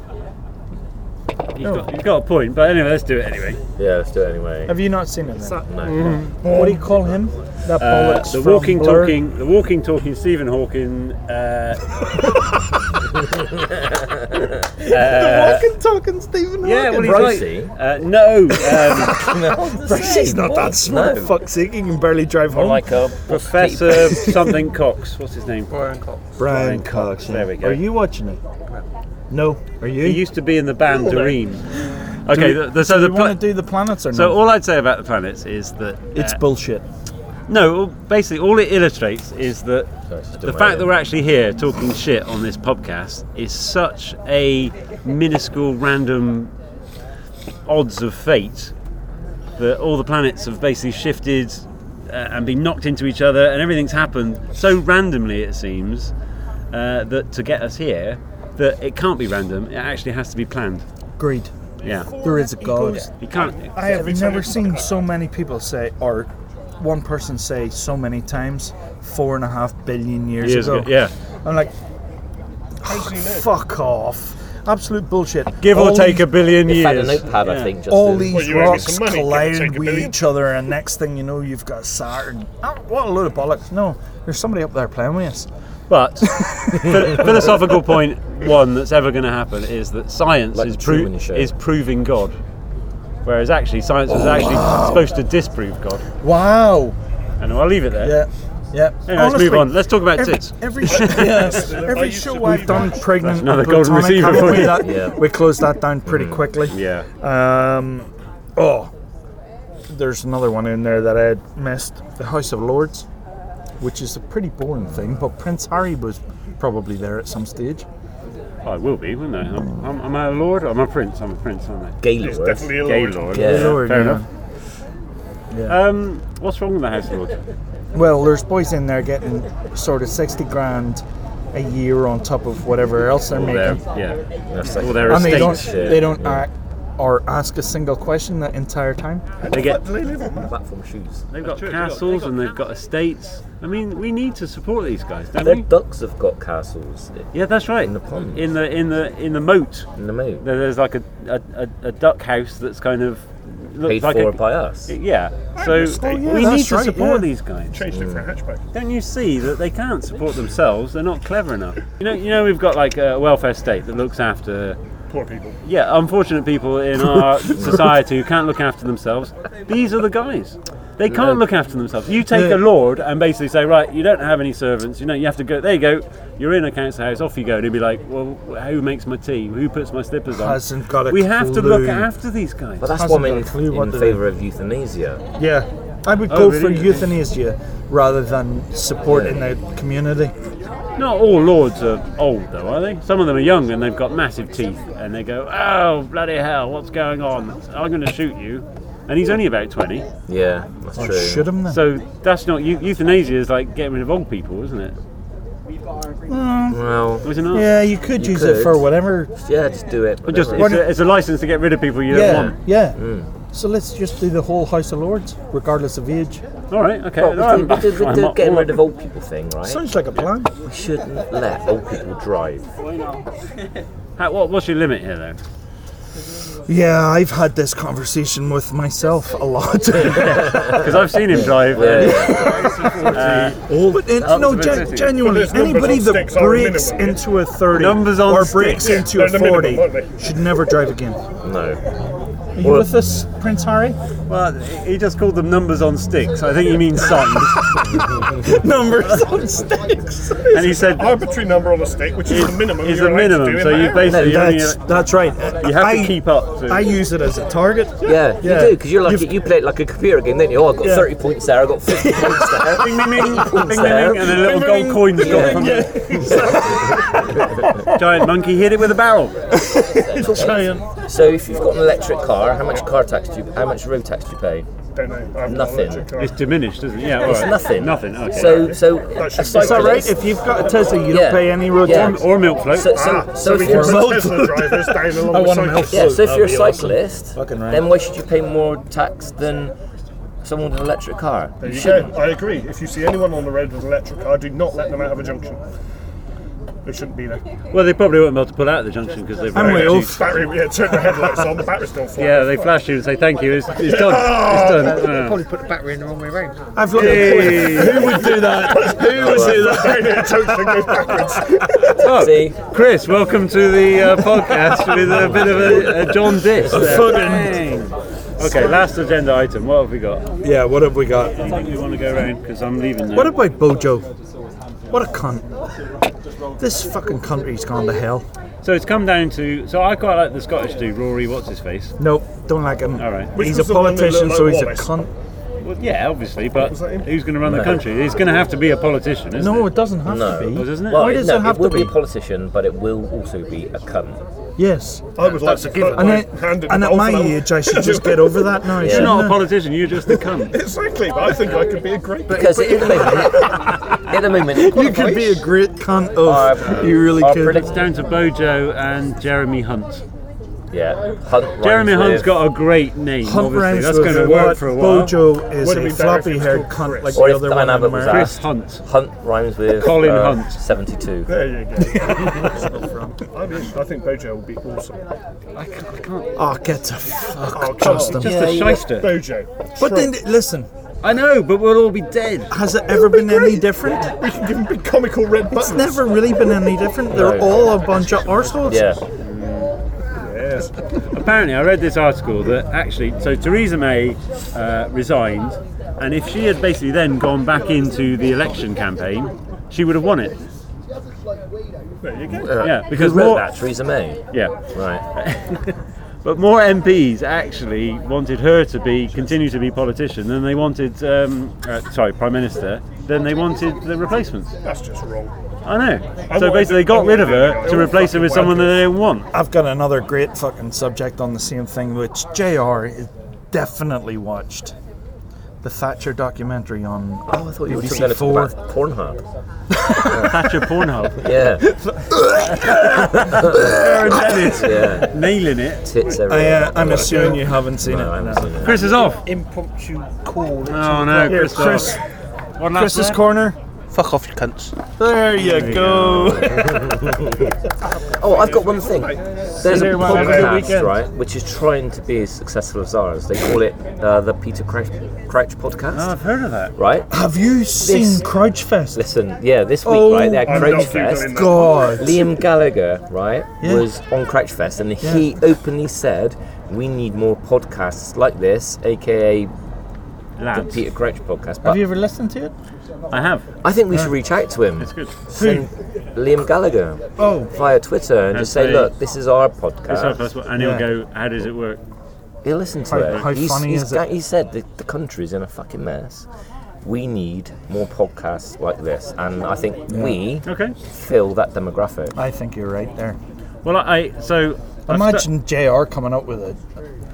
Speaker 4: You've, got, you've got a point, but anyway, let's do it anyway.
Speaker 2: Yeah, let's do it anyway.
Speaker 1: Have you not seen it? Then?
Speaker 2: No.
Speaker 1: What do you call him? That
Speaker 4: Uh,
Speaker 1: bollocks
Speaker 4: the
Speaker 1: from
Speaker 4: walking,
Speaker 1: Blur?
Speaker 4: talking, the walking, talking Stephen Hawking. Uh, uh,
Speaker 1: Fucking talking Stephen
Speaker 4: yeah, well, he's
Speaker 2: Bracey?
Speaker 4: like, uh, no, um,
Speaker 1: He's not that smart.
Speaker 2: No.
Speaker 1: Fuck's sake, he can barely drive
Speaker 2: Or
Speaker 1: home.
Speaker 2: like a
Speaker 4: Professor something Cox. What's his name?
Speaker 5: Brian Cox.
Speaker 1: Brian
Speaker 4: Cox,
Speaker 1: Cox. yeah.
Speaker 4: there we go.
Speaker 1: Are you watching it? No. Are you?
Speaker 4: He used to be in the band Doreen.
Speaker 1: Do we-
Speaker 4: Okay, the, the, so
Speaker 1: do
Speaker 4: the
Speaker 1: we
Speaker 4: pla-
Speaker 1: want to do the planets or
Speaker 4: so
Speaker 1: not?
Speaker 4: all I'd say about the planets is that uh,
Speaker 1: it's bullshit.
Speaker 4: no, all- basically all it illustrates is that the fact that we're actually here talking shit on this podcast is such a minuscule random odds of fate that all the planets have basically shifted uh, and been knocked into each other and everything's happened so randomly it seems uh, that to get us here that it can't be random it actually has to be planned
Speaker 1: Greed.
Speaker 4: yeah
Speaker 1: There is a god.
Speaker 4: you can't
Speaker 1: I have never seen so many people say, or one person say so many times, four and a half billion years,
Speaker 4: years ago yeah
Speaker 1: I'm like, fuck off. Absolute bullshit.
Speaker 4: give
Speaker 1: All
Speaker 4: or take
Speaker 1: these-
Speaker 4: a billion
Speaker 2: If I had a
Speaker 4: years
Speaker 2: notepad, I
Speaker 4: Yeah.
Speaker 2: think. Just
Speaker 1: all
Speaker 2: to-
Speaker 1: these
Speaker 6: Well, you owe me
Speaker 1: rocks
Speaker 6: some money, give or take
Speaker 1: collide
Speaker 6: a
Speaker 1: with
Speaker 6: billion.
Speaker 1: each other, and next thing you know, you've got Saturn. Oh, what a load of bollocks! No, there's somebody up there playing with us.
Speaker 4: But phil- philosophical point one that's ever going to happen is that science
Speaker 2: Like
Speaker 4: is,
Speaker 2: the
Speaker 4: pro-
Speaker 2: Truman Show. Oh,
Speaker 4: is proving God, whereas actually science was actually supposed to disprove God.
Speaker 1: Wow.
Speaker 4: And I'll leave it there.
Speaker 1: Yeah. Yeah.
Speaker 4: Anyway, let's move on. Let's talk about
Speaker 1: Every,
Speaker 4: tits.
Speaker 1: every, sh- yes, every show I've done pregnant
Speaker 4: another
Speaker 1: and
Speaker 4: golden
Speaker 1: platonic,
Speaker 4: receiver
Speaker 1: haven't
Speaker 4: for
Speaker 1: we,
Speaker 4: you. Mm.
Speaker 1: that-
Speaker 2: Yeah.
Speaker 1: we closed that down pretty quickly.
Speaker 4: Yeah.
Speaker 1: Um, oh, there's another one in there that I had missed The House of Lords, which is a pretty boring thing, but Prince Harry was probably there at some stage.
Speaker 4: Oh, I will be, wouldn't I? I'm, I'm, am I a lord? I'm a prince. I'm a prince, aren't I?
Speaker 6: It's
Speaker 2: Gaylord.
Speaker 6: definitely a
Speaker 4: Gay
Speaker 6: lord.
Speaker 4: lord.
Speaker 2: Yeah.
Speaker 1: Lord, yeah.
Speaker 4: fair enough.
Speaker 1: Yeah.
Speaker 4: Um, what's wrong with the house lord?
Speaker 1: Well, there's boys in there getting sort of 60 grand a year on top of whatever else they're
Speaker 4: All their,
Speaker 1: making.
Speaker 4: yeah.
Speaker 2: That's like-
Speaker 4: All their
Speaker 1: And they don't,
Speaker 4: estates.
Speaker 2: yeah.
Speaker 1: they don't
Speaker 2: Yeah.
Speaker 1: act or ask a single question the entire time.
Speaker 4: They get
Speaker 6: Do they live on that?
Speaker 2: platform shoes.
Speaker 4: They've got castles and they've got estates. I mean, we need to support these guys, don't
Speaker 2: Their
Speaker 4: we?
Speaker 2: ducks have got castles
Speaker 4: Yeah, that's right.
Speaker 2: In the pond.
Speaker 4: in the in the in the moat,
Speaker 2: in the moat,
Speaker 4: there- there's like a a, a, a duck house that's kind of looks
Speaker 2: paid
Speaker 4: like
Speaker 2: for
Speaker 4: a,
Speaker 2: by us.
Speaker 4: yeah. So
Speaker 6: an estate.
Speaker 1: Oh,
Speaker 4: we
Speaker 1: yeah,
Speaker 4: need
Speaker 1: that's
Speaker 4: to
Speaker 1: right,
Speaker 4: support
Speaker 1: yeah.
Speaker 4: these guys.
Speaker 6: Changed it for a hatchback.
Speaker 4: Don't you see that they can't support themselves? They're not clever enough. You know, you know, we've got like a welfare state that looks after
Speaker 6: Poor people.
Speaker 4: yeah, unfortunate people in our society who can't look after themselves. These are the guys. They can't look after themselves. You take a lord and basically say, right, you don't have any servants. You know, you have to go. There you go. You're in a council house. Off you go. And he'd be like, well, who makes my tea? Who puts my slippers on?
Speaker 1: Hasn't got a
Speaker 4: we have to look
Speaker 1: clue.
Speaker 4: after these guys.
Speaker 2: But that's
Speaker 1: Hasn't
Speaker 2: one
Speaker 1: got
Speaker 2: in,
Speaker 1: a clue what
Speaker 2: in
Speaker 1: to do.
Speaker 2: favour of euthanasia.
Speaker 1: Yeah. I would
Speaker 4: Oh,
Speaker 1: go for
Speaker 4: really?
Speaker 1: euthanasia rather than supporting the community.
Speaker 4: Not all lords are old, though, are they? Some of them are young and they've got massive teeth, and they go, "Oh bloody hell, what's going on? I'm going to shoot you." And he's only about twenty,
Speaker 2: Yeah, that's
Speaker 1: Or
Speaker 2: true.
Speaker 1: shoot him then.
Speaker 4: so that's not eu- euthanasia. Is like getting rid of old people, isn't it?
Speaker 2: Well,
Speaker 4: Or is it not?
Speaker 1: yeah, you could
Speaker 2: You
Speaker 1: use it
Speaker 2: could.
Speaker 1: for whatever.
Speaker 2: yeah, just do it.
Speaker 4: But just
Speaker 2: whatever.
Speaker 4: it's a, it's a license to get rid of people you
Speaker 1: yeah,
Speaker 4: don't
Speaker 1: yeah. So let's just do the whole House of Lords, regardless of age.
Speaker 4: want. All right, okay.
Speaker 2: Well, we
Speaker 4: No, I'm-
Speaker 2: did- we did- we
Speaker 4: I'm
Speaker 2: did
Speaker 4: not-
Speaker 2: getting
Speaker 4: all
Speaker 2: rid of
Speaker 4: right.
Speaker 2: old people thing, right?
Speaker 1: Sounds like a plan.
Speaker 2: we shouldn't let old people drive.
Speaker 4: How, what, what's your limit here, though?
Speaker 1: Yeah, I've had this conversation with myself a lot.
Speaker 4: Because I've seen him drive. uh,
Speaker 2: Yeah,
Speaker 1: but it, no, gen- genuinely,
Speaker 6: But there's numbers
Speaker 1: anybody
Speaker 6: on
Speaker 1: that
Speaker 6: sticks are a
Speaker 1: breaks
Speaker 6: minimum, yeah.
Speaker 1: into a 30
Speaker 4: Numbers on
Speaker 1: or
Speaker 4: sticks,
Speaker 1: breaks
Speaker 6: yeah.
Speaker 1: into a
Speaker 6: They're the minimum,
Speaker 1: 40
Speaker 6: aren't they?
Speaker 1: should never drive again.
Speaker 2: no.
Speaker 1: Are you with us, Prince Harry?
Speaker 4: Well, he just called them numbers on sticks. I think he means sons.
Speaker 1: Numbers on sticks.
Speaker 4: and he said
Speaker 6: Arbitrary number on a stick, which is the minimum.
Speaker 4: is
Speaker 6: you're
Speaker 4: a
Speaker 6: allowed to do
Speaker 4: minimum.
Speaker 6: in
Speaker 4: So
Speaker 6: that
Speaker 4: you
Speaker 6: area.
Speaker 4: basically only,
Speaker 1: That's, that's right.
Speaker 4: you have
Speaker 1: I,
Speaker 4: to keep up. To,
Speaker 1: I use it as a target.
Speaker 2: Yeah,
Speaker 1: Yeah.
Speaker 2: you do because you're like
Speaker 1: You've-
Speaker 2: you play it like a computer game, don't you? Oh, I got
Speaker 1: Yeah.
Speaker 2: 30 points there. I got 50 points there.
Speaker 4: Bing, bing, bing, bing, bing,
Speaker 2: there.
Speaker 4: bing, and a little gold coin's gone from it. Giant monkey hit it with a barrel.
Speaker 2: So if you've got an electric car, how much car tax do you? How much road tax do you pay?
Speaker 6: Don't know. I've
Speaker 2: Nothing.
Speaker 4: It's diminished, isn't it? Yeah, all
Speaker 2: It's
Speaker 4: right.
Speaker 2: nothing.
Speaker 4: Nothing. Okay.
Speaker 2: So so
Speaker 6: should
Speaker 2: a
Speaker 6: be- Is that
Speaker 1: Is that right?
Speaker 2: cyclist.
Speaker 1: If you've got a Tesla, you
Speaker 2: Yeah.
Speaker 1: don't pay any road
Speaker 2: Yeah.
Speaker 1: tax.
Speaker 4: or milk float.
Speaker 2: So, so,
Speaker 6: Ah,
Speaker 2: so,
Speaker 6: so we
Speaker 2: if
Speaker 6: can
Speaker 2: you're
Speaker 6: put Tesla drivers down along
Speaker 1: I
Speaker 6: the
Speaker 1: want a milk
Speaker 6: cycle.
Speaker 2: yeah, so if
Speaker 1: That'd
Speaker 2: you're a
Speaker 1: be awesome.
Speaker 2: cyclist,
Speaker 1: Fucking right.
Speaker 2: then why should you pay more tax than someone with an electric car?
Speaker 6: There you
Speaker 2: shouldn't.
Speaker 6: go. I agree. If you see anyone on the road with an electric car, do not let them out of a junction. They shouldn't be there.
Speaker 4: well, they probably won't be able to pull out of the junction because they've
Speaker 1: I'm
Speaker 4: already-
Speaker 1: with Ulf.
Speaker 6: Battery, yeah, turn the headlights on, the battery's still flat.
Speaker 4: Yeah, they flash you and say thank you. It's, it's done. It's done.
Speaker 5: Probably put the battery in the wrong way round.
Speaker 1: I've looked
Speaker 4: Who would do that? Who would do that?
Speaker 6: junction goes backwards.
Speaker 2: See,
Speaker 4: Chris, welcome to the uh, podcast with a bit of a, a John Diss. there.
Speaker 1: fucking-
Speaker 4: Okay, last agenda item. What have we got?
Speaker 1: Yeah, what have we got?
Speaker 4: Anything we want to go around because I'm leaving now.
Speaker 1: What about Bojo? What a cunt. This fucking country's gone to hell.
Speaker 4: So it's come down to. So I quite like the Scottish dude, Rory. What's his face?
Speaker 1: Nope, don't like him.
Speaker 4: All right.
Speaker 6: Which
Speaker 1: He's a
Speaker 6: was the one that looked
Speaker 1: politician,
Speaker 6: like
Speaker 1: so he's a
Speaker 6: Wallace?
Speaker 1: cunt.
Speaker 4: Well, yeah, obviously, but
Speaker 6: Was that him?
Speaker 4: who's going to run the country? He's going to have to be a politician, isn't
Speaker 1: No,
Speaker 4: it?
Speaker 1: it doesn't have
Speaker 2: No.
Speaker 1: to be.
Speaker 4: Well, doesn't it?
Speaker 2: well,
Speaker 1: Why does
Speaker 2: no,
Speaker 1: it have
Speaker 2: will
Speaker 1: to
Speaker 2: be a
Speaker 1: be?
Speaker 2: politician, but it will also be a cunt.
Speaker 1: Yes.
Speaker 6: I would like to put
Speaker 1: And,
Speaker 6: my
Speaker 1: it,
Speaker 6: hand in
Speaker 1: and
Speaker 6: the
Speaker 1: at my
Speaker 6: envelope.
Speaker 1: age, I should just get over that now.
Speaker 4: You're not a
Speaker 1: shouldn't I?
Speaker 4: politician. You're just a cunt.
Speaker 6: Exactly, but I think I could be a great.
Speaker 2: Because at the moment, at the moment,
Speaker 1: You could be a great cunt of.
Speaker 2: Our-
Speaker 1: You really
Speaker 2: our
Speaker 1: could.
Speaker 2: predict-
Speaker 4: It's down to Bojo and Jeremy Hunt.
Speaker 2: yeah, Hunt rhymes
Speaker 4: Jeremy Hunt's
Speaker 2: with-
Speaker 4: got a great name.
Speaker 1: Hunt
Speaker 4: obviously,
Speaker 1: rhymes
Speaker 4: that's
Speaker 1: with
Speaker 4: going to work
Speaker 1: what?
Speaker 4: for a while.
Speaker 1: Bojo is
Speaker 6: Would've
Speaker 1: a
Speaker 6: been better if it was
Speaker 1: floppy-haired
Speaker 6: called
Speaker 1: cunt
Speaker 6: Chris.
Speaker 1: like
Speaker 2: Or
Speaker 1: the
Speaker 2: if
Speaker 1: other
Speaker 2: Dan
Speaker 1: one in
Speaker 2: Abbott was
Speaker 1: America.
Speaker 4: Chris
Speaker 2: asked.
Speaker 4: Hunt.
Speaker 2: Hunt rhymes with
Speaker 4: Colin
Speaker 2: uh,
Speaker 4: Hunt.
Speaker 2: seventy-two.
Speaker 6: There you go. I, mean, I think Bojo will be awesome.
Speaker 1: Oh, get the fuck
Speaker 6: Oh, come
Speaker 1: trust
Speaker 6: on.
Speaker 1: him.
Speaker 4: Just a shyster.
Speaker 6: Bojo.
Speaker 1: But then, listen,
Speaker 4: I know, but we'll all be dead.
Speaker 1: has it ever been any different?
Speaker 6: We can give him big comical red buttons.
Speaker 1: It's never really been any different. They're
Speaker 2: No.
Speaker 1: all a bunch of arseholes.
Speaker 2: Yeah,
Speaker 6: Yes.
Speaker 4: Apparently, I read this article that actually, so Theresa May uh, resigned, and if she had basically then gone back into the election campaign, she would have won it.
Speaker 6: There you go.
Speaker 4: Yeah, because
Speaker 2: who wrote
Speaker 4: more,
Speaker 2: that? Theresa May.
Speaker 4: yeah,
Speaker 2: Right.
Speaker 4: but But more MPs actually wanted her to be continue to be politician than they wanted. Um, uh, sorry, prime minister. Than they wanted the replacements.
Speaker 6: That's just wrong.
Speaker 4: I know.
Speaker 6: I
Speaker 4: so
Speaker 6: wanted-
Speaker 4: basically, they
Speaker 6: I
Speaker 4: got rid of
Speaker 6: wanted
Speaker 4: her
Speaker 6: to
Speaker 4: to
Speaker 6: be
Speaker 4: replace her with
Speaker 6: fucking
Speaker 4: someone that
Speaker 6: wankers.
Speaker 4: they didn't want.
Speaker 1: I've got another great fucking subject on the same thing, which JR is definitely watched. The Thatcher documentary on
Speaker 2: Oh, I thought you were
Speaker 1: BBC
Speaker 2: talking about
Speaker 1: four.
Speaker 2: Pornhub.
Speaker 4: Thatcher Pornhub.
Speaker 2: Yeah,
Speaker 4: Aaron Dennis
Speaker 2: yeah.
Speaker 4: nailing it.
Speaker 2: Tits
Speaker 1: I,
Speaker 2: everywhere.
Speaker 1: uh, I'm assuming you haven't seen
Speaker 2: Oh, No, I
Speaker 1: it.
Speaker 2: haven't
Speaker 1: no.
Speaker 2: seen it.
Speaker 4: Chris is off.
Speaker 5: Impromptu call. into
Speaker 4: Oh
Speaker 5: the
Speaker 4: no,
Speaker 5: program.
Speaker 4: Chris. is
Speaker 1: Chris,
Speaker 4: off. One last
Speaker 1: Chris's
Speaker 4: one.
Speaker 1: corner.
Speaker 5: Fuck off, you cunts.
Speaker 1: There you go.
Speaker 2: Oh, I've got one thing. There's a podcast, right, which is trying to be as successful as ours. They call it uh, the Peter Crouch, Crouch
Speaker 4: Oh,
Speaker 2: podcast,
Speaker 4: I've heard of that.
Speaker 2: right?
Speaker 1: Have you seen
Speaker 2: This-
Speaker 1: Crouchfest?
Speaker 2: Listen, yeah, this week,
Speaker 1: Oh,
Speaker 2: right, they had
Speaker 6: I'm
Speaker 2: Crouch
Speaker 6: not Googling
Speaker 2: Fest.
Speaker 6: that.
Speaker 1: God.
Speaker 2: Liam Gallagher, right,
Speaker 1: Yeah.
Speaker 2: was on Crouch Fest, and he openly said, "We need more podcasts like this, aka the
Speaker 4: Lads.
Speaker 2: Peter Crouch podcast."
Speaker 1: Have
Speaker 2: But
Speaker 1: you ever listened to it?
Speaker 4: I have.
Speaker 2: I think we should reach out to him,
Speaker 4: It's good.
Speaker 2: send Liam Gallagher
Speaker 1: Oh,
Speaker 2: via Twitter, and just
Speaker 4: That's
Speaker 2: say,
Speaker 4: a-
Speaker 2: "Look, this is our
Speaker 4: It's our
Speaker 2: podcast."
Speaker 4: first one, and he'll
Speaker 1: Yeah.
Speaker 4: go. How does it work?
Speaker 2: He'll listen to
Speaker 1: How-
Speaker 2: it.
Speaker 1: how
Speaker 2: he's,
Speaker 1: funny
Speaker 2: he's
Speaker 1: is it?
Speaker 2: got- He said the, the country's in a fucking mess. We need more podcasts like this, and I think we
Speaker 4: Okay.
Speaker 2: fill that demographic.
Speaker 1: I think you're right there.
Speaker 4: Well, I so I've stu-
Speaker 1: Imagine JR coming up with a,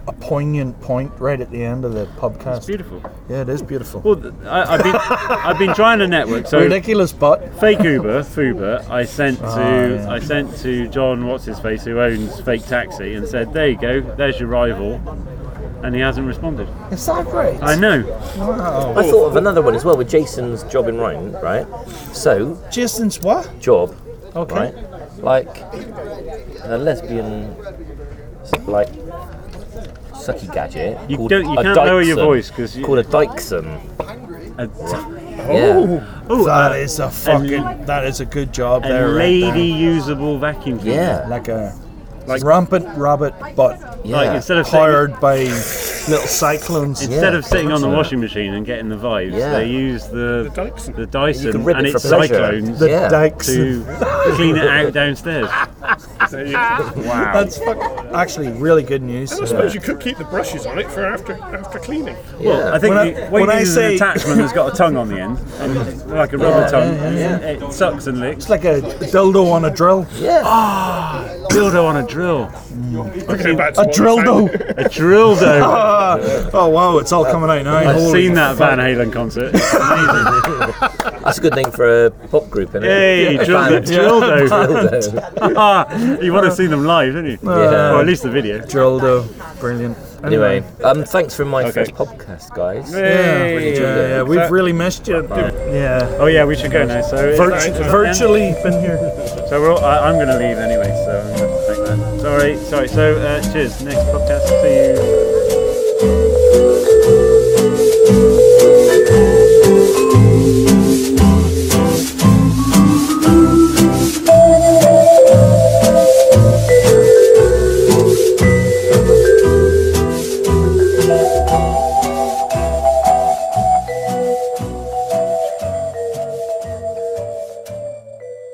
Speaker 1: a poignant point right at the end of the podcast.
Speaker 4: beautiful.
Speaker 1: Yeah, it is beautiful.
Speaker 4: Well, th- I, I've been I've been trying to network. So
Speaker 1: Ridiculous, but
Speaker 4: fake Uber, Fuber, I sent
Speaker 2: Ah,
Speaker 4: to
Speaker 1: yeah.
Speaker 4: I sent to John what's his face who owns Fake Taxi and said there you go, there's your rival, and he hasn't responded.
Speaker 1: is that right?
Speaker 4: I know.
Speaker 1: Wow.
Speaker 2: I thought of another one as well with Jason's job in Rome, right? So
Speaker 1: Jason's what?
Speaker 2: job,
Speaker 1: Okay.
Speaker 2: right? Like a lesbian, like sucky gadget.
Speaker 4: You
Speaker 2: called
Speaker 4: don't- you
Speaker 2: a
Speaker 4: can't lower your
Speaker 2: Dykeson,
Speaker 4: voice 'cause you-
Speaker 2: called a Dykeson.
Speaker 4: A, t-
Speaker 2: Yeah,
Speaker 4: oh,
Speaker 1: That
Speaker 4: uh,
Speaker 1: is a fucking. That is a good job
Speaker 4: a
Speaker 1: there. right
Speaker 4: lady
Speaker 1: there.
Speaker 4: usable vacuum cleaner.
Speaker 2: yeah,
Speaker 1: like a rampant rabbit, but
Speaker 2: yeah.
Speaker 4: Like instead of sitting,
Speaker 1: powered by little cyclones.
Speaker 4: instead
Speaker 2: Yeah,
Speaker 4: of sitting on the
Speaker 2: imagine
Speaker 4: washing machine and getting the vibes,
Speaker 2: Yeah.
Speaker 4: they use the
Speaker 6: The Dyson.
Speaker 4: the Dyson
Speaker 2: rip
Speaker 4: and
Speaker 2: it for
Speaker 4: its
Speaker 2: pleasure.
Speaker 4: cyclones
Speaker 1: The
Speaker 2: Yeah.
Speaker 1: dykes.
Speaker 4: to clean it out downstairs.
Speaker 6: There you go.
Speaker 4: Wow.
Speaker 1: That's fuck- actually really good news.
Speaker 6: I suppose you could keep the brushes on it for after after cleaning.
Speaker 4: Well, I think
Speaker 1: When I-
Speaker 4: the- what
Speaker 1: when
Speaker 4: you
Speaker 1: I
Speaker 4: use is
Speaker 1: say-
Speaker 4: an attachment that's got a tongue on the end, and like a rubber tongue, it sucks and licks.
Speaker 1: It's like a dildo on a drill.
Speaker 2: yeah.
Speaker 4: dildo on a drill.
Speaker 6: Okay, back to
Speaker 1: A
Speaker 6: what
Speaker 1: drill
Speaker 6: we found.
Speaker 1: dildo.
Speaker 4: A drill dildo.
Speaker 1: oh wow, it's all coming out now.
Speaker 4: I've
Speaker 1: Holy
Speaker 4: seen that Van Halen concert.
Speaker 2: That's a good thing for a pop group, isn't it?
Speaker 4: hey,
Speaker 2: Yeah.
Speaker 4: drill,
Speaker 2: Band.
Speaker 4: dildo. drill
Speaker 2: Dildo.
Speaker 4: dildo. you want to see them live, don't you?
Speaker 2: Yeah.
Speaker 4: Or at least the video.
Speaker 1: Dildo. Brilliant.
Speaker 4: Oh,
Speaker 2: Anyway, um, thanks for my
Speaker 4: Okay.
Speaker 2: first podcast, guys.
Speaker 1: Yeah,
Speaker 4: Hey.
Speaker 1: yeah, yeah, we've really missed you. Yeah.
Speaker 4: Oh yeah, we should go now. So it's-
Speaker 1: Virt-
Speaker 4: it's-
Speaker 1: virtually been here.
Speaker 4: So we're all, I, I'm going to leave anyway. So I'm going to take that. Sorry, sorry. So uh, cheers. Next podcast. See you.
Speaker 7: Thank